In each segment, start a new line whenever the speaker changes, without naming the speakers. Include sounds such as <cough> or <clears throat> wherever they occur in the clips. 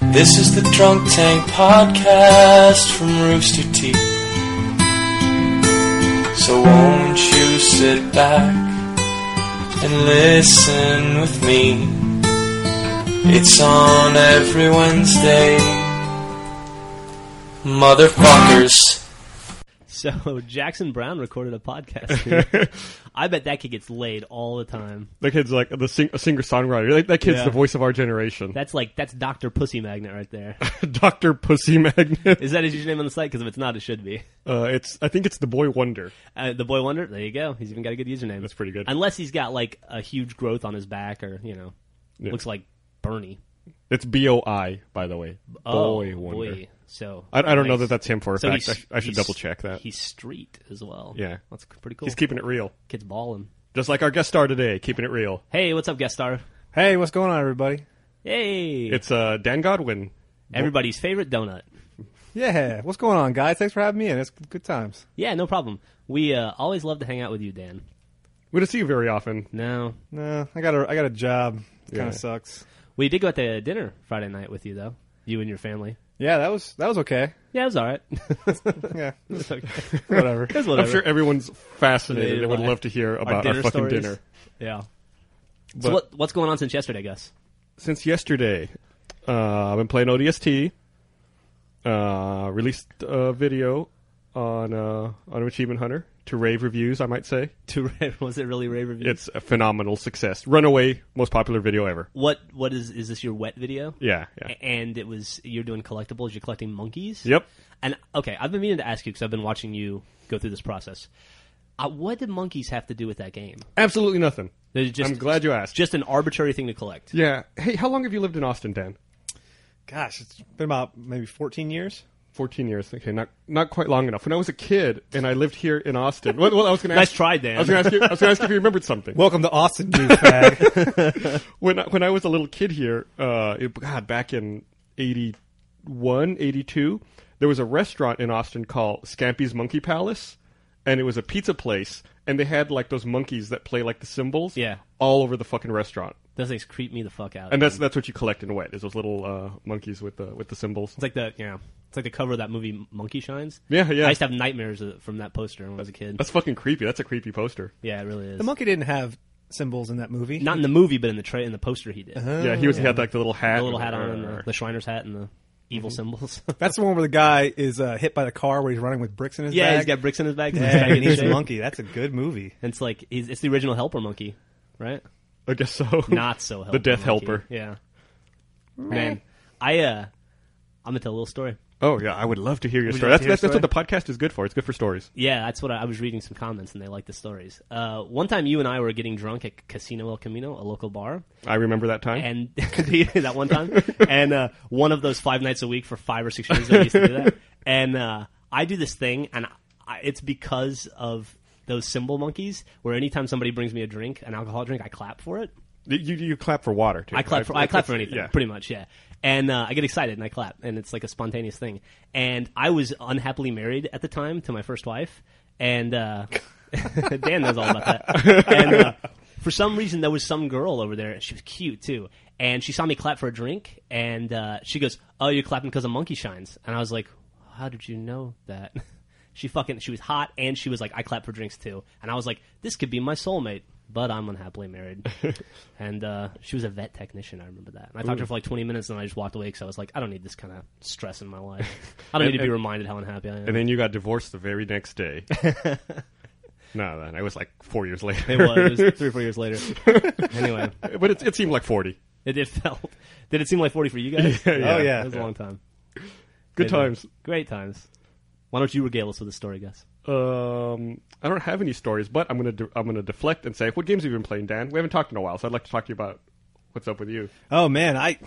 This is the Drunk Tank podcast from Rooster Teeth. So won't you sit back and listen with me? It's on every Wednesday. Motherfuckers.
So <laughs> Jackson Brown recorded a podcast.
<laughs>
here. I bet that kid gets laid all the time.
The kid's like the sing- singer songwriter. Like, that kid's
Yeah.
the voice of our generation.
That's like that's Doctor Pussy Magnet right there.
<laughs> Doctor Pussy Magnet.
Is that his username on the site? Because if it's not, it should be.
Uh, it's I think it's the Boy Wonder.
Uh, the boy wonder. There you go. He's even got a good username.
That's pretty good.
Unless he's got like a huge growth on his back, or you know,
Yeah.
looks like Bernie.
It's B O I, by the way. boy
oh,
Wonder.
Boy. So
I, I don't know
nice.
that that's him for a
So
fact. I,
he's-
sh- I should
he's-
double check that.
He's street as well.
Yeah.
that's pretty cool.
He's keeping it real,
Kid's balling.
just like our guest star today, keeping it real.
Hey, what's up, guest star?
Hey, what's going on, everybody?
Hey,
It's uh, Dan Godwin.
everybody's favorite donut.
Yeah, what's going on, guys? Thanks for having me in. It's good times.
Yeah, no problem. We uh, always love to hang out with you, Dan.
We don't see you very often.
No,
No, I got a I got a job. Kind of
Yeah.
sucks.
we did go out to dinner Friday night with you though, you and your family.
Yeah, that was that was okay.
Yeah, <laughs> it was all right.
Yeah,
It's okay.
whatever.
<laughs> It was
I'm
whatever.
sure everyone's fascinated and would
Our
love to hear about our,
dinner
fucking
stories.
dinner.
Yeah. so what, what's going on since yesterday, Gus?
Since yesterday, uh, I've been playing ODST. Uh, released a video on uh, on Achievement Hunter to rave reviews. I might say
To rave, was it really rave review?
it's a phenomenal success. Runaway, most popular video ever.
what what is is this your wet video?
Yeah, yeah.
A- And it was you're doing collectibles. You're collecting monkeys.
Yep.
And okay, I've been meaning to ask you because I've been watching you go through this process. Uh, what did monkeys have to do with that game?
Absolutely nothing.
They're Just,
I'm glad you asked.
Just an arbitrary thing to collect.
yeah. Hey, how long have you lived in Austin, Dan?
Gosh, it's been about maybe 14 years.
14 years. Okay, not not quite long enough. When I was a kid and I lived here in Austin. <laughs> Well, well I was going to
Nice
ask
try, Dan.
I was going to ask you I was going to ask if you remembered <laughs> something.
Welcome to Austin, <laughs> you fag.
when I, when I was a little kid here, uh, it, God, back in 81, 82, there was a restaurant in Austin called Scampy's Monkey Palace, and it was a pizza place, and they had like those monkeys that play like the cymbals,
Yeah.
all over the fucking restaurant,
Those things creep me the fuck out.
and that's that's what you collect in wet is those little uh, monkeys with the with the cymbals.
It's like the yeah. It's like the cover of that movie Monkey Shines.
Yeah, yeah.
I used to have nightmares of- from that poster when I was a kid.
That's fucking creepy. That's a creepy poster.
Yeah, it really is.
the monkey didn't have symbols in that movie.
Not in the movie, but in the tra- in the poster he did.
yeah, he was he had like the uh, little hat,
Oh, The little hat on, and the, the Shriner's hat, and the evil symbols. <laughs>
That's the one where the guy is uh, hit by the car where he's running with bricks in his
yeah,
bag.
he's got bricks in his <laughs> bag. 'cause he's
Yeah,
back in
and <laughs> he's a
shape.
monkey. That's a good movie.
And it's like he's, it's the original helper monkey, right?
I guess so.
Not so helper.
<laughs> the death
monkey.
helper.
Yeah. Man, I uh, I'm gonna tell a little story.
Oh yeah, I would love to hear your
Would
story.
you like
That's,
to
that's,
hear
that's
your
what the podcast is good for. It's good for stories.
Yeah, that's what I, I was reading some comments, and they liked the stories. Uh, one time, you and I were getting drunk at Casino El Camino, a local bar,
I remember that time.
and <laughs> that one time, and uh, one of those five nights a week for five or six years. that I used to do that, and uh, I do this thing, and I, it's because of those symbol monkeys. Where anytime somebody brings me a drink, an alcohol drink, I clap for it.
You you clap for water too.
I clap for I, clap for anything,
Yeah.
pretty much, yeah. And uh, I get excited and I clap, and it's like a spontaneous thing. And I was unhappily married at the time to my first wife, and uh, <laughs> Dan knows all about that. And uh, for some reason, there was some girl over there, and she was cute too. And she saw me clap for a drink, and uh, she goes, "Oh, you're clapping because a monkey shines." And I was like, "How did you know that?" She fucking she was hot, and she was like, "I clap for drinks too." And I was like, "This could be my soulmate." But I'm unhappily
<laughs>
married. And uh, she was a vet technician. I remember that. And I talked to her for like 20 minutes, and I just walked away because I was like, I don't need this kind of stress in my
<laughs>
life. I don't need to be
and-
reminded how unhappy I am.
And then you got divorced the very next
<laughs>
day. no, then it was like four years later.
it, was, it
<laughs>
was three or four years later. anyway,
<laughs> but it, it seemed like forty.
it, it felt. Did it seem like 40 for you guys?
Oh, <laughs> yeah.
it was a long time.
Good times.
Great times. Why don't you regale us with a story, Gus?
Um, I don't have any stories, but I'm gonna de- I'm gonna deflect and say, what games have you been playing, Dan? We haven't talked in a while, so I'd like to talk to you about what's up with you.
Oh man, I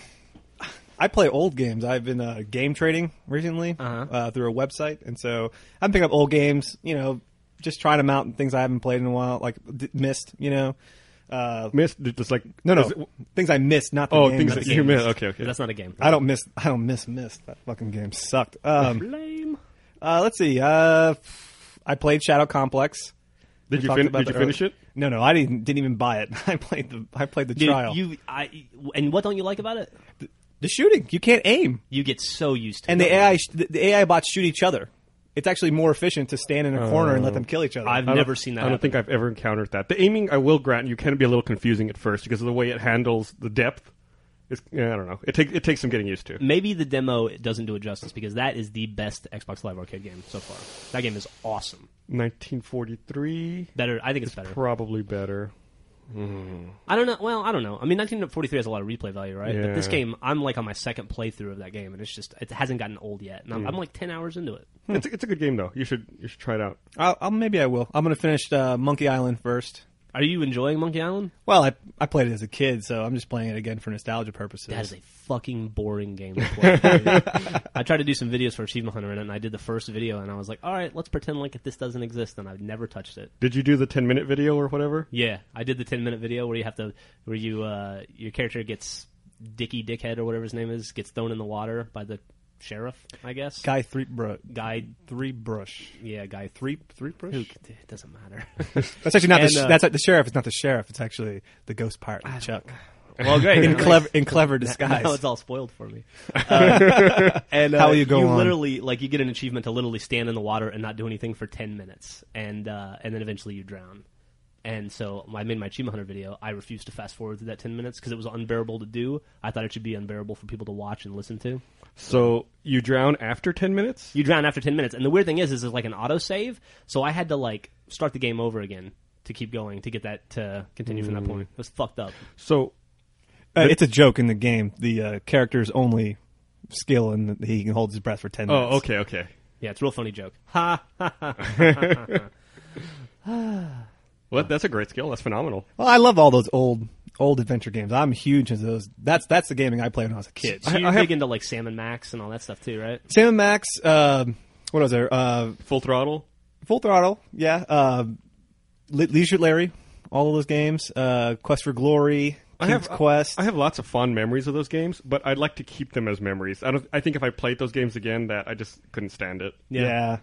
I play old games. I've been uh, game trading recently
Uh-huh.
uh, through a website, and so I'm picking up old games. You know, just trying them out and things I haven't played in a while, like d- missed. You know, uh,
Missed just like
no, no,
is it-
things I missed, not the
oh,
game,
things
not
that
the
you
game.
missed. Okay, okay.
That's not a game.
I don't miss. I don't miss. Missed that fucking game sucked.
<laughs>
Um,
Lame.
uh, let's see. Uh, I played Shadow Complex.
Did
We
you
talked
fin-
about
did you
that
finish
earlier.
it?
No, no, I <laughs> didn't. Didn't even buy it. I played the. I played the
Dude,
trial.
you, I, and what don't you like about it?
the shooting. You can't aim,
You get so used to
and
it.
the AI sh- the the AI bots shoot each other. It's actually more efficient to stand in a corner and let them kill each other.
I've
I don't-
never seen that.
I don't
happen.
think I've ever encountered that. The aiming, I will grant you, can be a little confusing at first because of the way it handles the depth. It's, yeah, I don't know. It takes it takes some getting used to.
Maybe the demo doesn't do it justice because that is the best Xbox Live Arcade game so far. That game is awesome.
1943,
Better, I think it's better.
probably better.
I don't know. Well, I don't know. I mean, 1943 has a lot of replay value, right? But this
Yeah.
game, I'm like on my second playthrough of that game, and it's just it hasn't gotten old yet, and I'm, I'm like 10 hours into it.
It's, a- it's a good game though. You should you should try it out.
I'll, I'll maybe I will. I'm gonna finish uh, Monkey Island first.
Are you enjoying Monkey Island?
Well, I I played it as a kid, so I'm just playing it again for nostalgia purposes.
That is a fucking boring game to play. <laughs> I tried to do some videos for Achievement Hunter in it, and I did the first video, and I was like, all right, let's pretend like if this doesn't exist, and I've never touched it.
Did you do the 10 minute video or whatever?
Yeah, I did the 10 minute video where you have to, where you, uh, your character gets Dicky Dickhead or whatever his name is, gets thrown in the water by the sheriff, I guess.
Guy three bro,
Guy,
three brush.
yeah, guy
Three three brush.
Who, it doesn't matter.
That's actually not
And,
the sh-
uh,
that's not the sheriff. It's not the sheriff. It's actually the ghost pirate Chuck
<laughs> well, <laughs> great.
in clever in clever disguise.
<laughs> Now it's all spoiled for me. Uh, and uh,
How will you go on?
literally like you get an achievement to literally stand in the water and not do anything for ten minutes, and uh, and then eventually you drown. And so I made my achievement hunter video. I refused to fast forward through that ten minutes because it was unbearable to do. I thought it should be unbearable for people to watch and listen to.
So you drown after 10 minutes?
You drown after ten minutes, and the weird thing is, is it's like an auto save. So I had to like start the game over again to keep going to get that to continue from that point. It was fucked up.
So
Uh, it's a joke in the game. The uh, character's only skill and that he can hold his breath for ten minutes.
oh okay okay.
Yeah, it's a real funny joke. Ha ha ha.
Well, that- that's a great skill. That's phenomenal.
Well, I love all those old old adventure games. I'm huge into those. That's that's the gaming I played when I was a kid.
So you're
I have-
big into like Salmon Max and all that stuff too, right?
Sam and Max. um what was there? Uh,
Full throttle.
Full Throttle. Yeah. Uh, Le- Leisure Larry. All of those games. Uh, Quest for Glory.
I
King's
have uh,
Quest.
I have lots of fond memories of those games, but I'd like to keep them as memories. I don't. I think if I played those games again, that I just couldn't stand it.
Yeah.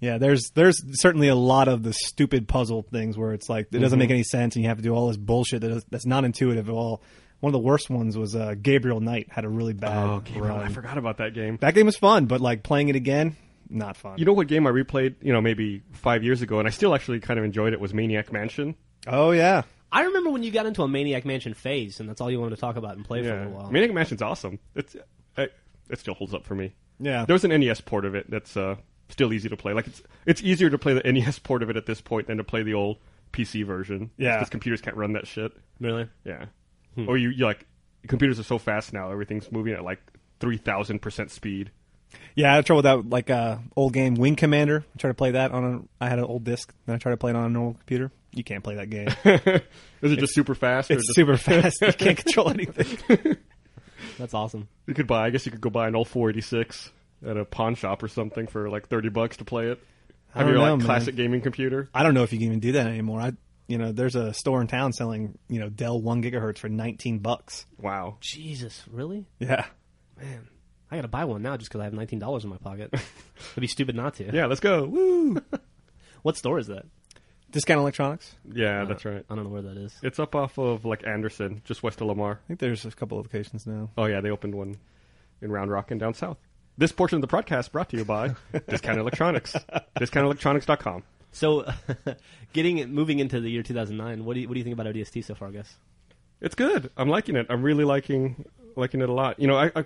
yeah. there's there's certainly a lot of the stupid puzzle things where it's like it doesn't
Mm-hmm.
make any sense and you have to do all this bullshit that is, that's not intuitive at all. One of the worst ones was uh, Gabriel Knight had a really bad
Oh, Gabriel, I
run.
forgot about that game.
That game was fun, but like playing it again, not fun.
You know what game I replayed? You know, maybe five years ago, and I still actually kind of enjoyed it. Was Maniac Mansion?
oh yeah,
I remember when you got into a Maniac Mansion phase, and that's all you wanted to talk about and play for a little while.
Maniac Mansion's awesome. It's I, it still holds up for me.
yeah.
There was an NES port of it that's uh, still easy to play. Like it's it's easier to play the <laughs> NES port of it at this point than to play the old PC version.
Yeah. Hmm.
because computers can't run that shit.
Really?
Yeah. Or you, you like computers are so fast now. Everything's moving at like three thousand percent speed. <laughs>
yeah, I had trouble with that like uh, old game Wing Commander. I tried to play that on a I had an old disc, then I tried to play it on a normal computer. You can't play that <laughs> game.
Is it just super fast? Or
It's
just,
super fast. <laughs> You can't control anything.
That's awesome.
you could buy. I guess you could go buy an old four eighty six at a pawn shop or something for like thirty bucks to play it.
I
Have
don't
your
know,
like
man.
classic gaming computer.
I don't know if you can even do that anymore. I you know, there's a store in town selling, you know, Dell 1 gigahertz for 19 bucks.
Wow.
Jesus, really?
Yeah.
Man, I gotta buy one now just because I have nineteen dollars in my
<laughs>
pocket. It'd be stupid not to.
Yeah, let's go.
<laughs>
Woo.
What store is that?
Discount Electronics.
yeah, that's right.
I don't know where that is.
It's up off of like Anderson, just west of Lamar.
I think there's a couple of locations now.
Oh yeah, they opened one in Round Rock and down south. This portion of the broadcast brought to you
<laughs>
by Discount Electronics. DiscountElectronics.com.
So, <laughs> getting moving into the year two thousand nine. What do you, what do you think about ODST so far? I guess.
It's good. I'm liking it. I'm really liking liking it a lot. You know, I, I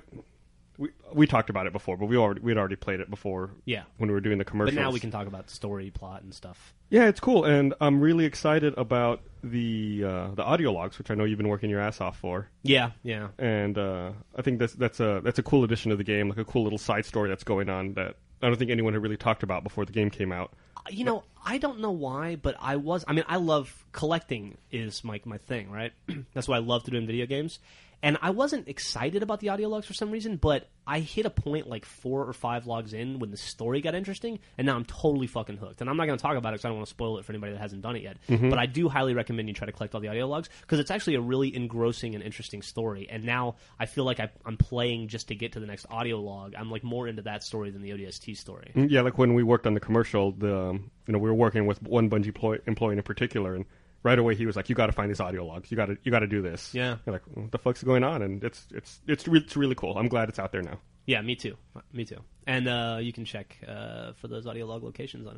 we we talked about it before, but we already we'd already played it before.
Yeah.
When we were doing the
But
commercials.
now we can talk about story, plot, and stuff.
Yeah, it's cool, and I'm really excited about the uh, the audio logs, which I know you've been working your ass off for.
Yeah, yeah.
And uh, I think that's that's a that's a cool addition to the game, like a cool little side story that's going on that I don't think anyone had really talked about before the game came out.
you know, I don't know why, but I was. I mean, I love collecting is my my thing, right? <clears throat> That's what I love to do in video games. And I wasn't excited about the audio logs for some reason, but I hit a point like four or five logs in when the story got interesting, and now I'm totally fucking hooked. And I'm not going to talk about it because I don't want to spoil it for anybody that hasn't done it yet. But I do highly recommend you try to collect all the audio logs because it's actually a really engrossing and interesting story. And now I feel like I, I'm playing just to get to the next audio log. I'm like more into that story than the ODST story.
Yeah, like when we worked on the commercial, the um, you know we were working with one Bungie ploy- employee in particular, and right away he was like, "You got to find these audio logs. You got to you got to do this."
Yeah.
You're like, "What the fuck's going on?" And it's it's it's re- it's really cool. I'm glad it's out there now.
Yeah, me too. Me too. And uh, you can check uh, for those audio log locations on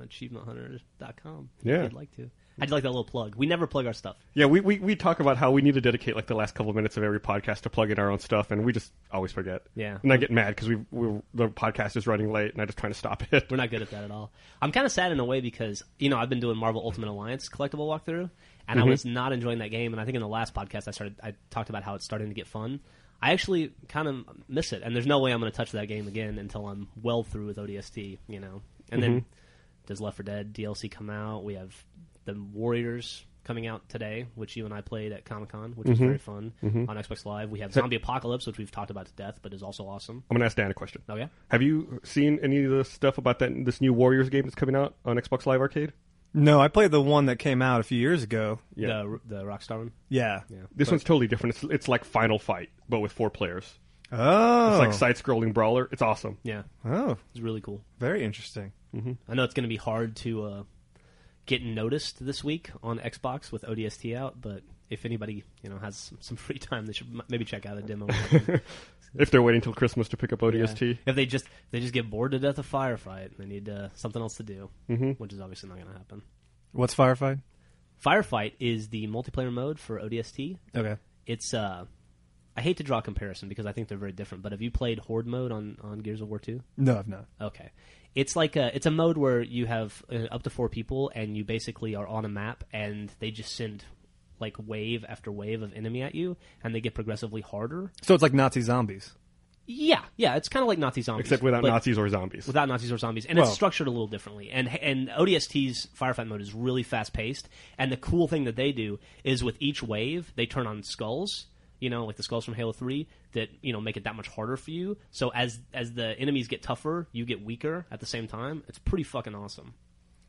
achievementhunter.com.
Yeah.
If you'd like to. I just like that little plug. We never plug our stuff.
Yeah, we, we we talk about how we need to dedicate like the last couple of minutes of every podcast to plug in our own stuff, and we just always forget.
Yeah.
and I get mad because we we the podcast is running late, and I'm just trying to stop it. <laughs>
We're not good at that at all. I'm kind of sad in a way because, you know, I've been doing Marvel Ultimate Alliance collectible walkthrough, and I was not enjoying that game. And I think in the last podcast, I started, I talked about how it's starting to get fun. I actually kind of miss it, and there's no way I'm going to touch that game again until I'm well through with ODST, you know. And then does Left 4 Dead DLC come out? We have the Warriors coming out today, which you and I played at Comic Con, which was very fun on Xbox Live. We have Zombie Apocalypse, which we've talked about to death, but is also awesome.
I'm gonna ask Dan a question.
Oh yeah.
Have you seen any of the stuff about that this new Warriors game that's coming out on Xbox Live Arcade?
No, I played the one that came out a few years ago.
Yeah.
The, the Rockstar one.
Yeah.
This one's totally different. It's it's like Final Fight, but with four players.
Oh.
It's like side-scrolling brawler. It's awesome.
Yeah.
oh,
It's really cool.
very interesting.
I know it's going to be hard to uh, get noticed this week on Xbox with ODST out, but if anybody you know has some- <laughs> some free time, they should m- maybe check out a demo.
If they're waiting till Christmas to pick up
Yeah.
ODST,
If they just if they just get bored to death of Firefight and they need uh, something else to do, which is obviously not going to happen.
What's Firefight?
Firefight is the multiplayer mode for ODST.
Okay.
It's uh, I hate to draw a comparison because I think they're very different. But have you played Horde mode on on Gears of War two?
No, I've not.
Okay. It's like a it's a mode where you have uh, up to four people and you basically are on a map and they just send like wave after wave of enemy at you and they get progressively harder.
So it's like Nazi zombies.
Yeah, yeah, it's kind of like Nazi zombies,
except without
but
Nazis or zombies.
without Nazis or zombies, and
Well-
it's structured a little differently. And and ODST's firefight mode is really fast paced. And the cool thing that they do is with each wave, they turn on skulls. You know, like the skulls from Halo Three that you know make it that much harder for you. So as as the enemies get tougher, you get weaker at the same time. It's pretty fucking awesome.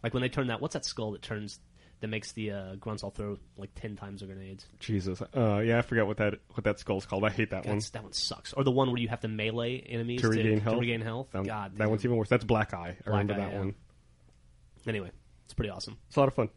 Like when they turn that, what's that skull that turns that makes the uh, grunts all throw like ten times the grenades?
Jesus. Uh, yeah, I forgot what that what that skull's called. I hate that one.
That's, that one sucks. Or the one where you have to melee enemies
To regain health.
To regain health.
That,
God,
that
damn.
one's even worse. That's Black Eye. I remember
Eye,
that
yeah.
one.
anyway. It's pretty awesome.
It's a lot of fun.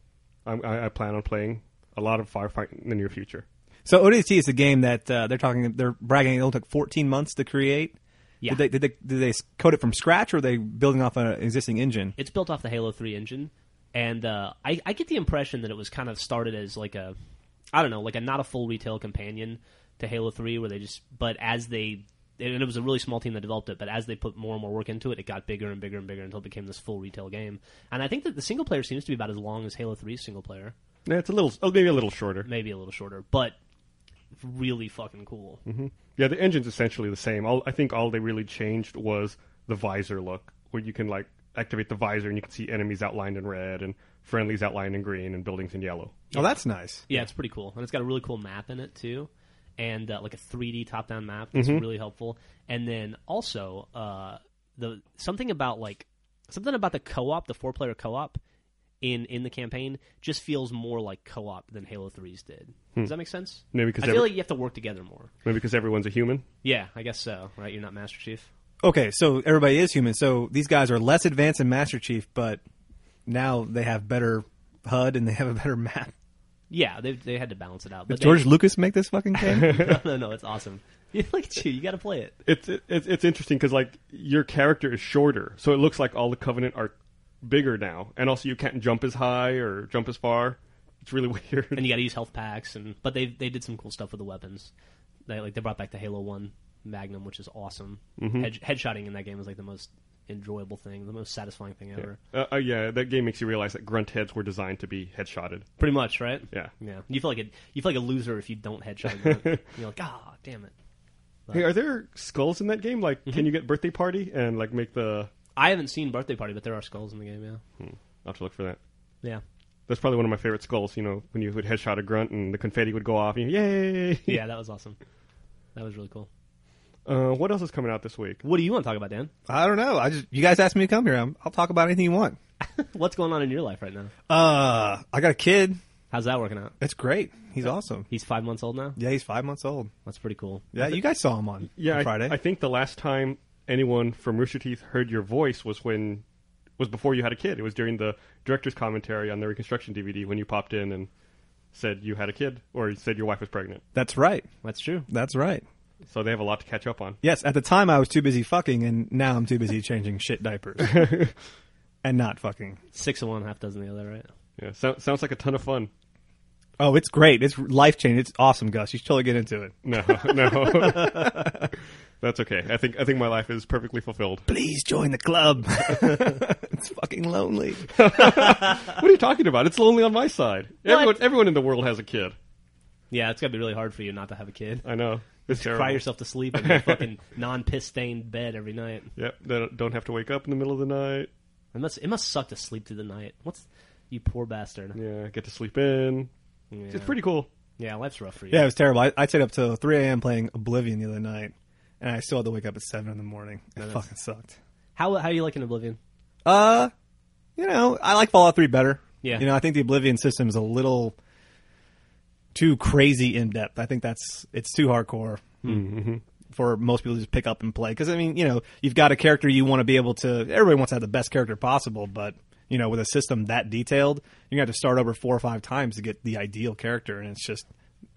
I'm, I, I plan on playing a lot of firefight in the near future.
So ODST is a game that uh, they're talking, they're bragging. It only took 14 months to create.
Yeah.
Did they, did they did they code it from scratch, or are they building off an existing engine?
it's built off the Halo 3 engine, and uh, I, I get the impression that it was kind of started as like a, I don't know, like a not a full retail companion to Halo 3, where they just, but as they, and it was a really small team that developed it, but as they put more and more work into it, it got bigger and bigger and bigger until it became this full retail game. And I think that the single player seems to be about as long as Halo 3's single player,
Yeah, it's a little, oh, maybe a little shorter.
maybe a little shorter, but really fucking cool.
Yeah, the engine's essentially the same. All, I think all they really changed was the visor look, where you can like activate the visor and you can see enemies outlined in red and friendlies outlined in green and buildings in yellow.
Oh, that's nice.
Yeah, it's pretty cool, and it's got a really cool map in it too, and uh, like a 3D top-down map that's really helpful. And then also uh, the something about like something about the co-op, the four-player co-op in in the campaign just feels more like co-op than Halo 3's did. Does that make sense?
Maybe because
I feel
every-
like you have to work together more.
Maybe because everyone's a human.
Yeah, I guess so. Right? You're not Master Chief.
Okay, so everybody is human. So these guys are less advanced than Master Chief, but now they have better HUD and they have a better map.
Yeah, they they had to balance it out. But
Did
they-
George Lucas make this fucking <laughs> game?
<laughs> no, no, no, it's awesome. Look at you. You got to play it.
It's it, it's interesting because like your character is shorter, so it looks like all the Covenant are bigger now, and also you can't jump as high or jump as far. It's really <laughs> weird.
<laughs> and you got to use health packs and but they they did some cool stuff with the weapons. They like they brought back the Halo One Magnum, which is awesome. Head, headshotting in that game is like the most enjoyable thing, the most satisfying thing ever.
Uh, uh, yeah, that game makes you realize that grunt heads were designed to be headshotted.
Pretty much, right?
Yeah.
yeah. You feel like a you feel like a loser if you don't headshot. a grunt. You're like, ah, damn it.
Hey, are there skulls in that game? Like, can you get birthday party and like make the?
I haven't seen Birthday Party, but there are skulls in the game. Yeah,
I'll have to look for that.
yeah,
That's probably one of my favorite skulls. You know, when you would headshot a grunt and the confetti would go off. And you, Yay!
yeah. That was awesome. That was really cool.
Uh, what else is coming out this week?
What do you want to talk about, Dan? <laughs>
I don't know. I just you guys asked me to come here. I'm, I'll talk about anything you want.
What's going on in your life right now?
Uh, I got a kid.
How's that working out?
It's great. He's awesome.
He's five months old now.
Yeah, he's five months old.
That's pretty cool.
Yeah, you guys saw him on,
Yeah,
on
I,
Friday.
I think the last time anyone from Rooster Teeth heard your voice was when was before you had a kid. It was during the director's commentary on the Reconstruction DVD when you popped in and said you had a kid or said your wife was pregnant.
That's right.
That's true.
That's right.
So they have a lot to catch up on.
Yes, at the time I was too busy fucking, and now I'm too busy changing shit <laughs> diapers and not fucking.
Six of one, half dozen the other, right?
Yeah, so, sounds like a ton of fun.
Oh, it's great. It's life changing. It's awesome, Gus. You should totally get into it.
No, <laughs> no, <laughs> that's okay. I think I think my life is perfectly fulfilled.
Please join the <laughs> club. it's fucking lonely.
What are you talking about? It's lonely on my side. Everyone, everyone in the world has a kid.
Yeah, it's got to be really hard for you not to have a
<laughs>
kid.
I know. It's terrible.
Cry yourself to sleep in your fucking <laughs> non-piss stained bed every night.
Yep. They don't- don't have to wake up in the middle of the night.
It must it must suck to sleep through the night. What's you poor bastard?
Yeah, get to sleep in.
Yeah,
It's pretty cool.
Yeah, life's rough for you.
Yeah, it was terrible. I, I stayed up till 3 a.m. playing Oblivion the other night, and I still had to wake up at 7 in the morning. It fucking sucked.
How how you liking Oblivion?
Uh, you know, I like Fallout 3 better.
Yeah.
You know, I think the Oblivion system is a little too crazy in depth. I think that's it's too hardcore for most people to just pick up and play. Because I mean, you know, you've got a character you want to be able to. Everybody wants to have the best character possible, but you know, with a system that detailed, you're gonna have to start over four or five times to get the ideal character, and it's just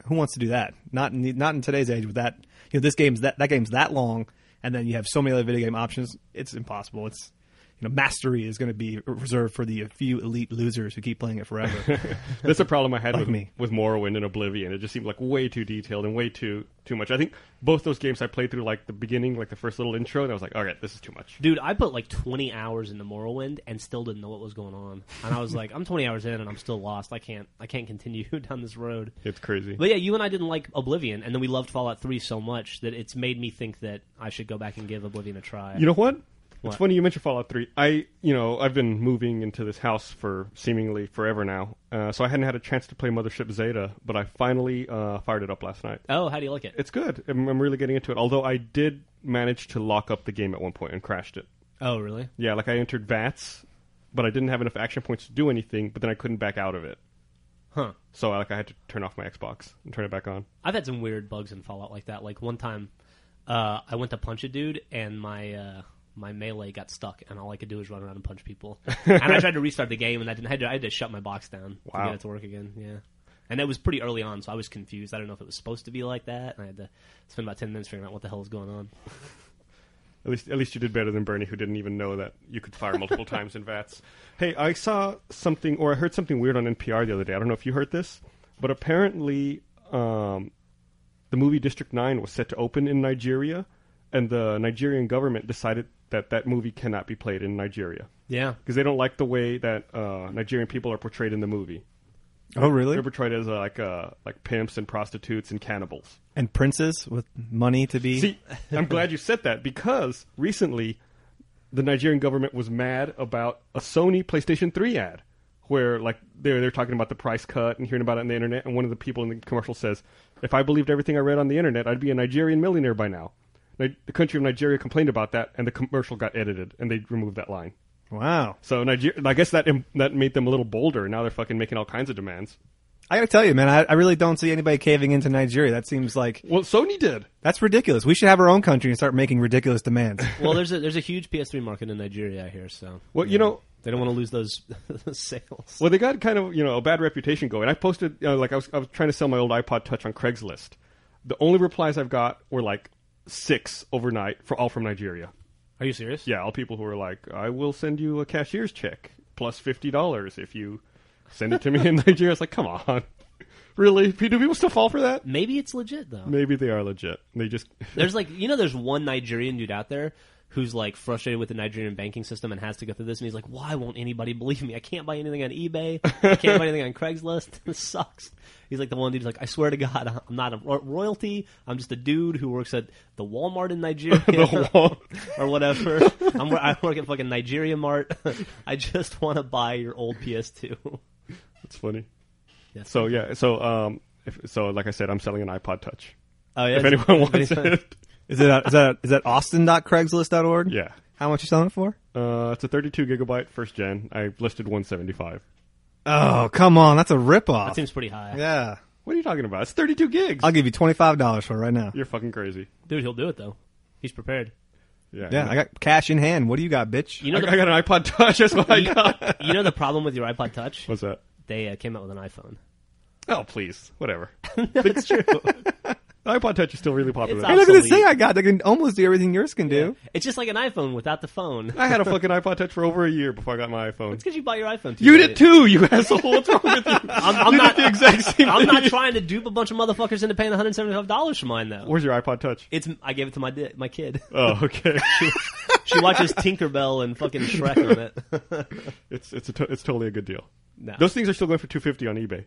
who wants to do that? Not in the- not in today's age with that. You know, this game's that that game's that long, and then you have so many other video game options. It's impossible. It's you know, mastery is going to be reserved for the few elite losers who keep playing it forever.
That's a problem I had with
me.
with Morrowind and Oblivion. It just seemed like way too detailed and way too too much. I think both those games I played through like the beginning, like the first little intro, and I was like, all right, this is too much.
Dude, I put like 20 hours into Morrowind and still didn't know what was going on. And I was like, I'm 20 hours in and I'm still lost. I can't I can't continue <laughs> down this road.
It's crazy.
But yeah, you and I didn't like Oblivion, and then we loved Fallout 3 so much that it's made me think that I should go back and give Oblivion a try.
You know what?
What?
It's funny you mentioned Fallout Three. I, you know, I've been moving into this house for seemingly forever now, uh, so I hadn't had a chance to play Mothership Zeta, but I finally uh, fired it up last night.
oh, how do you like it?
It's good. I'm, I'm really getting into it. Although I did manage to lock up the game at one point and crashed it.
Oh, really?
Yeah, like I entered Vats, but I didn't have enough action points to do anything. But then I couldn't back out of it,
Huh.
so like I had to turn off my Xbox and turn it back on.
I've had some weird bugs in Fallout like that. Like one time, uh, I went to punch a dude and my uh, my melee got stuck, and all I could do was run around and punch people. and I tried to restart the game, and I didn't. I had to, I had to shut my box down to
Wow.
get it to work again. Yeah, and it was pretty early on, so I was confused. I don't know if it was supposed to be like that, and I had to spend about ten minutes figuring out what the hell was going on.
At least, at least you did better than Bernie, who didn't even know that you could fire multiple times in vats. Hey, I saw something, or I heard something weird on NPR the other day. I don't know if you heard this, but apparently, um, the movie District Nine was set to open in Nigeria, and the Nigerian government decided that that movie cannot be played in Nigeria
Yeah,
because they don't like the way that uh, Nigerian people are portrayed in the movie.
<laughs> oh, really?
They're portrayed as uh, like uh, like pimps and prostitutes and <laughs> cannibals.
and princes with money to be.
See, I'm glad you said that because recently the Nigerian government was mad about a Sony PlayStation 3 ad where like they're they're talking about the price cut and hearing about it on the internet and one of the people in the commercial says, "If I believed everything I read on the internet, I'd be a Nigerian millionaire by now." Ni- The country of Nigeria complained about that and the commercial got edited and they removed that line.
wow.
So Niger- I guess that im- that made them a little bolder. Now they're fucking making all kinds of demands.
I gotta tell you, man, I, I really don't see anybody caving into Nigeria. That seems like
Well, Sony did.
that's ridiculous. We should have our own country and start making
<laughs>
ridiculous demands.
well, there's a there's a huge PS3 market in Nigeria here, so
Well, you know,
they don't want to lose those <laughs> those sales.
Well, they got kind of you know a bad reputation going. I posted uh, like I was I was trying to sell my old iPod Touch on Craigslist. The only replies I've got were like six overnight for all from Nigeria.
Are you serious?
Yeah, all people who were like, "I will send you a cashier's check plus fifty dollars if you send it to me in <laughs> Nigeria." It's like, come on, <laughs> really? Do people still fall for that?
Maybe it's legit though.
Maybe they are legit. They <laughs> just
There's like you know, there's one Nigerian dude out there who's like frustrated with the Nigerian banking system and has to go through this, and he's like, "Why won't anybody believe me? I can't buy anything on eBay. I can't buy anything on Craigslist. <laughs> This sucks." He's like the one dude who's like, "I swear to God, I'm not a ro- royalty. I'm just a dude who works at the Walmart in
<laughs>
Nigeria
Wal-
<laughs> or whatever. I'm, wor- I work at fucking Nigeria Mart. <laughs> I just want to buy your old PS2."
it's funny.
Yes.
So yeah, so um, if, so like I said, I'm selling an iPod Touch.
Oh yeah,
If <laughs> anyone wants
anyone-
it,
Is it uh, is that is that austin.craigslist.org?
yeah.
How much you selling it for?
Uh, it's a 32 gigabyte first gen. I listed 175.
Oh, come on, that's a ripoff.
that seems pretty high,
yeah,
What are you talking about? It's 32 gigs.
I'll give you twenty five dollars for it right now.
You're fucking crazy.
dude. He'll do it though. He's prepared.
Yeah.
Yeah, I got cash in hand. What do you got, bitch?
You
I,
know, the, <laughs>
I got an iPod Touch. <laughs> That's what I got.
you know the problem with your iPod Touch.
What's that?
they uh, came out with an iPhone.
Oh, please, whatever. <laughs> That's true. iPod Touch is still really popular.
It's
Hey, look at this
Obsolete.
thing I got. That can almost do everything yours can do.
<laughs> It's just like an iPhone without the phone.
I had a fucking iPod Touch for over a year before I got my iPhone.
It's because you bought your iPhone. Too
You
late.
did too, you <laughs> asshole. What's wrong with
<laughs>
you?
I'm, I'm not
the exact same
I'm not
thing.
trying to dupe a bunch of motherfuckers into paying 175 dollars for mine though.
Where's your iPod Touch?
It's I gave it to my di- my kid. <laughs>
Oh, okay. <laughs>
She watches Tinkerbell and fucking Shrek on it.
<laughs> it's it's a to- it's totally a good deal.
No.
Those things are still going for two fifty on eBay.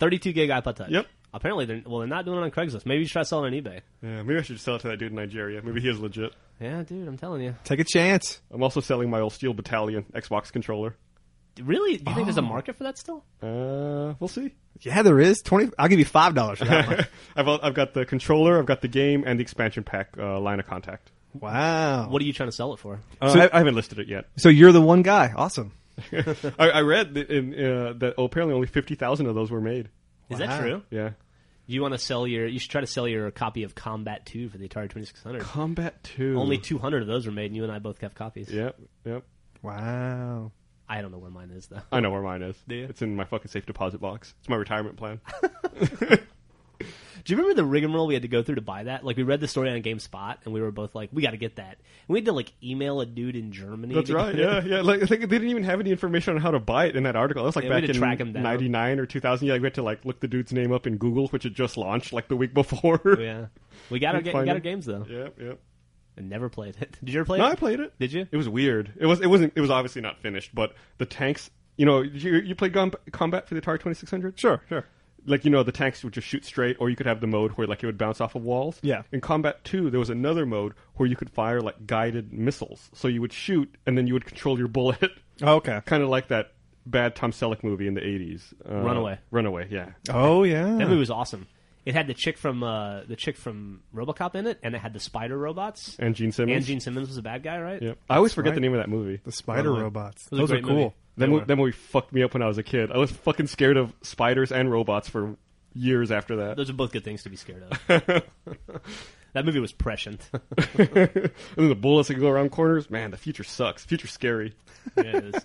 32 gig iPod Touch.
Yep.
Apparently they're well they're not doing it on Craigslist. Maybe you try selling on eBay.
Yeah, maybe I should sell it to that dude in Nigeria. Maybe he is legit.
Yeah, dude, I'm telling you.
Take a chance.
I'm also selling my old Steel Battalion Xbox controller.
Really? You think
Oh.
there's a market for that still?
Uh, we'll see.
Yeah, there is twenty. I'll give you five dollars for that one.
<laughs> I've al- I've got the controller, I've got the game, and the expansion pack uh, line of contact.
Wow.
What are you trying to sell it for?
Uh,
So-
I, I haven't listed it
<laughs>
yet.
So you're the one guy. Awesome.
I, I read that, in, uh, that oh, apparently only fifty thousand of those were made.
Is
Wow.
that true?
Yeah,
You want to sell your you should try to sell your copy of Combat 2 for the Atari 2600.
Combat Two.
Only 200 of those were made and you and I both have copies.
Yep, yep.
Wow.
I don't know where mine is though.
I know where mine is.
Do you?
It's in my fucking safe deposit box. It's my
<laughs>
retirement plan.
<laughs> Do you remember the rigmarole we had to go through to buy that? Like we read the story on GameSpot, and we were both like, "We got to get that." And we had to like email a dude in Germany.
That's
to
right.
get it.
Yeah, yeah. Like, like they didn't even have any information on how to buy it in that article. That was like
Yeah, we
back
had to
in
track 'em down.
'99 or 2000. Yeah, we had to like look the dude's name up in Google, which had just launched like the week before.
<laughs> Oh, yeah. We got our ga- we
Find
got our
it.
games though,
<laughs> Yep, yep.
and never played it. <laughs> Did you ever play
No,
it?
I played it.
Did you?
It was weird. It was. It wasn't. It was obviously not finished. But the tanks. You know, you you played Gum- combat for the Atari 2600. Sure, sure. Like you know, the tanks would just shoot straight, or you could have the mode where like it would bounce off of walls.
Yeah.
In Combat Two, there was another mode where you could fire like guided missiles. So you would shoot, and then you would control your bullet,
Oh,
Okay.
kind of like that bad Tom Selleck movie in the '80s, uh,
Runaway.
Runaway. Yeah.
Oh yeah.
That movie was awesome. It had the chick from uh, the chick from RoboCop in it, and it had the spider robots.
And Gene Simmons.
And Gene Simmons was a bad guy, right?
Yep. I always forget
right.
the name of that movie.
the spider
Runaway.
robots.
was a
Those are
great
cool.
movie.
That, mo- that movie fucked me up when I was a kid. I was fucking scared of spiders and robots for years after that.
Those are both good things to be scared
<laughs>
of. <laughs> that movie was prescient. <laughs>
<laughs> and then the bullets that go around corners. Man, the future sucks. Future's scary.
Yeah, it is.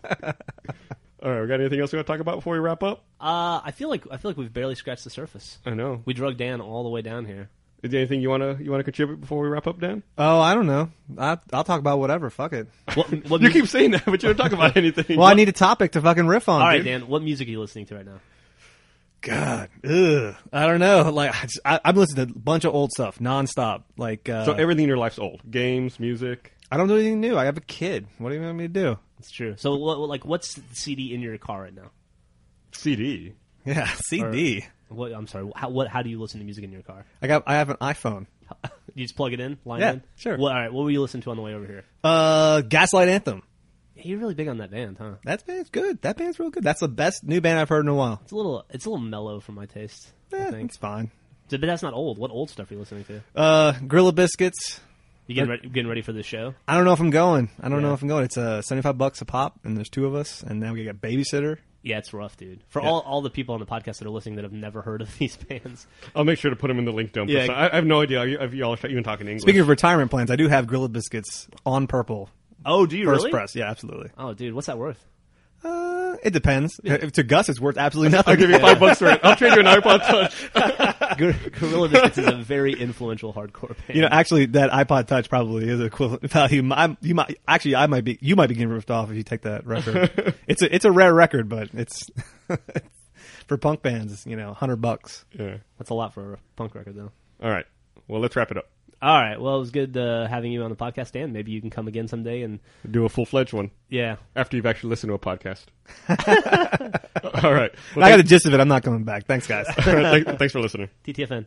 All right, we got anything else we want to talk about before we wrap up?
Uh, I feel like I feel like we've barely scratched the surface.
I know.
We drug Dan all the way down here.
Is there anything you want to you want to contribute before we wrap up, Dan?
Oh, I don't know. I, I'll talk about whatever.
<laughs>
Fuck it.
What, what
You
music-
keep saying that, but you don't talk about <laughs> anything.
Well, I need a topic to fucking riff on.
all right,
dude.
Dan. What music are you listening to right now?
God. Ugh. I don't know. Like I just- I, I'm listening to a bunch of old stuff nonstop. Like uh,
So everything in your life's old. Games, music.
I don't do anything new. I have a kid. What do you want me to do? <laughs>
It's true. So, what, what- like, what's the CD in your car right now?
CD.
Yeah, CD.
What, I'm sorry. How, what? How do you listen to music in your car?
I got. I have an iPhone.
You just plug it in, line
Yeah,
in.
sure.
Well, all right. What were you listening to on the way over here?
Uh, Gaslight Anthem.
You're really big on that band, huh?
That band's good. That band's real good. That's the best new band I've heard in a while.
It's a little. It's a little mellow for my taste. I
Eh,
think.
it's fine.
So- But that's not old. What old stuff are you listening to?
Uh, Gorilla Biscuits.
You getting ready, getting ready for this show?
I don't know if I'm going. I don't
Yeah.
know if I'm going. It's uh, 75 bucks a pop, and there's two of us, and now we got a babysitter.
Yeah, it's rough, dude. For all, all the people on the podcast that are listening that have never heard of <laughs> these bands,
I'll make sure to put them in the link dump.
Yeah.
So I, I have no idea if y- if y'all are even talking English.
Speaking of retirement plans, I do have Gorilla Biscuits on purple.
oh, do you
First
really?
press. Yeah, absolutely.
Oh, dude, what's that worth?
Uh, it depends. If to Gus, it's worth absolutely nothing.
I'll
<laughs>
give you <laughs> five bucks for it. I'll trade you an iPod Touch.
Gor- Gorilla Biscuits is a very influential hardcore band.
You know, actually, that iPod Touch probably is equivalent <laughs> value. I, you might actually, I might be, you might be getting ripped off if you take that record. it's a, it's a rare record, but it's <laughs> for punk bands. It's, you know, hundred bucks.
Yeah.
that's a lot for a punk record, though.
All right. Well, let's wrap it up.
All right. Well, it was good uh, having you on the podcast, Dan. Maybe you can come again someday. And
Do a full fledged one.
yeah,
after you've actually listened to a podcast. <laughs> All right.
I got the gist of it. I'm not coming back. Thanks, guys.
Thank- <laughs> thanks for listening.
TTFN.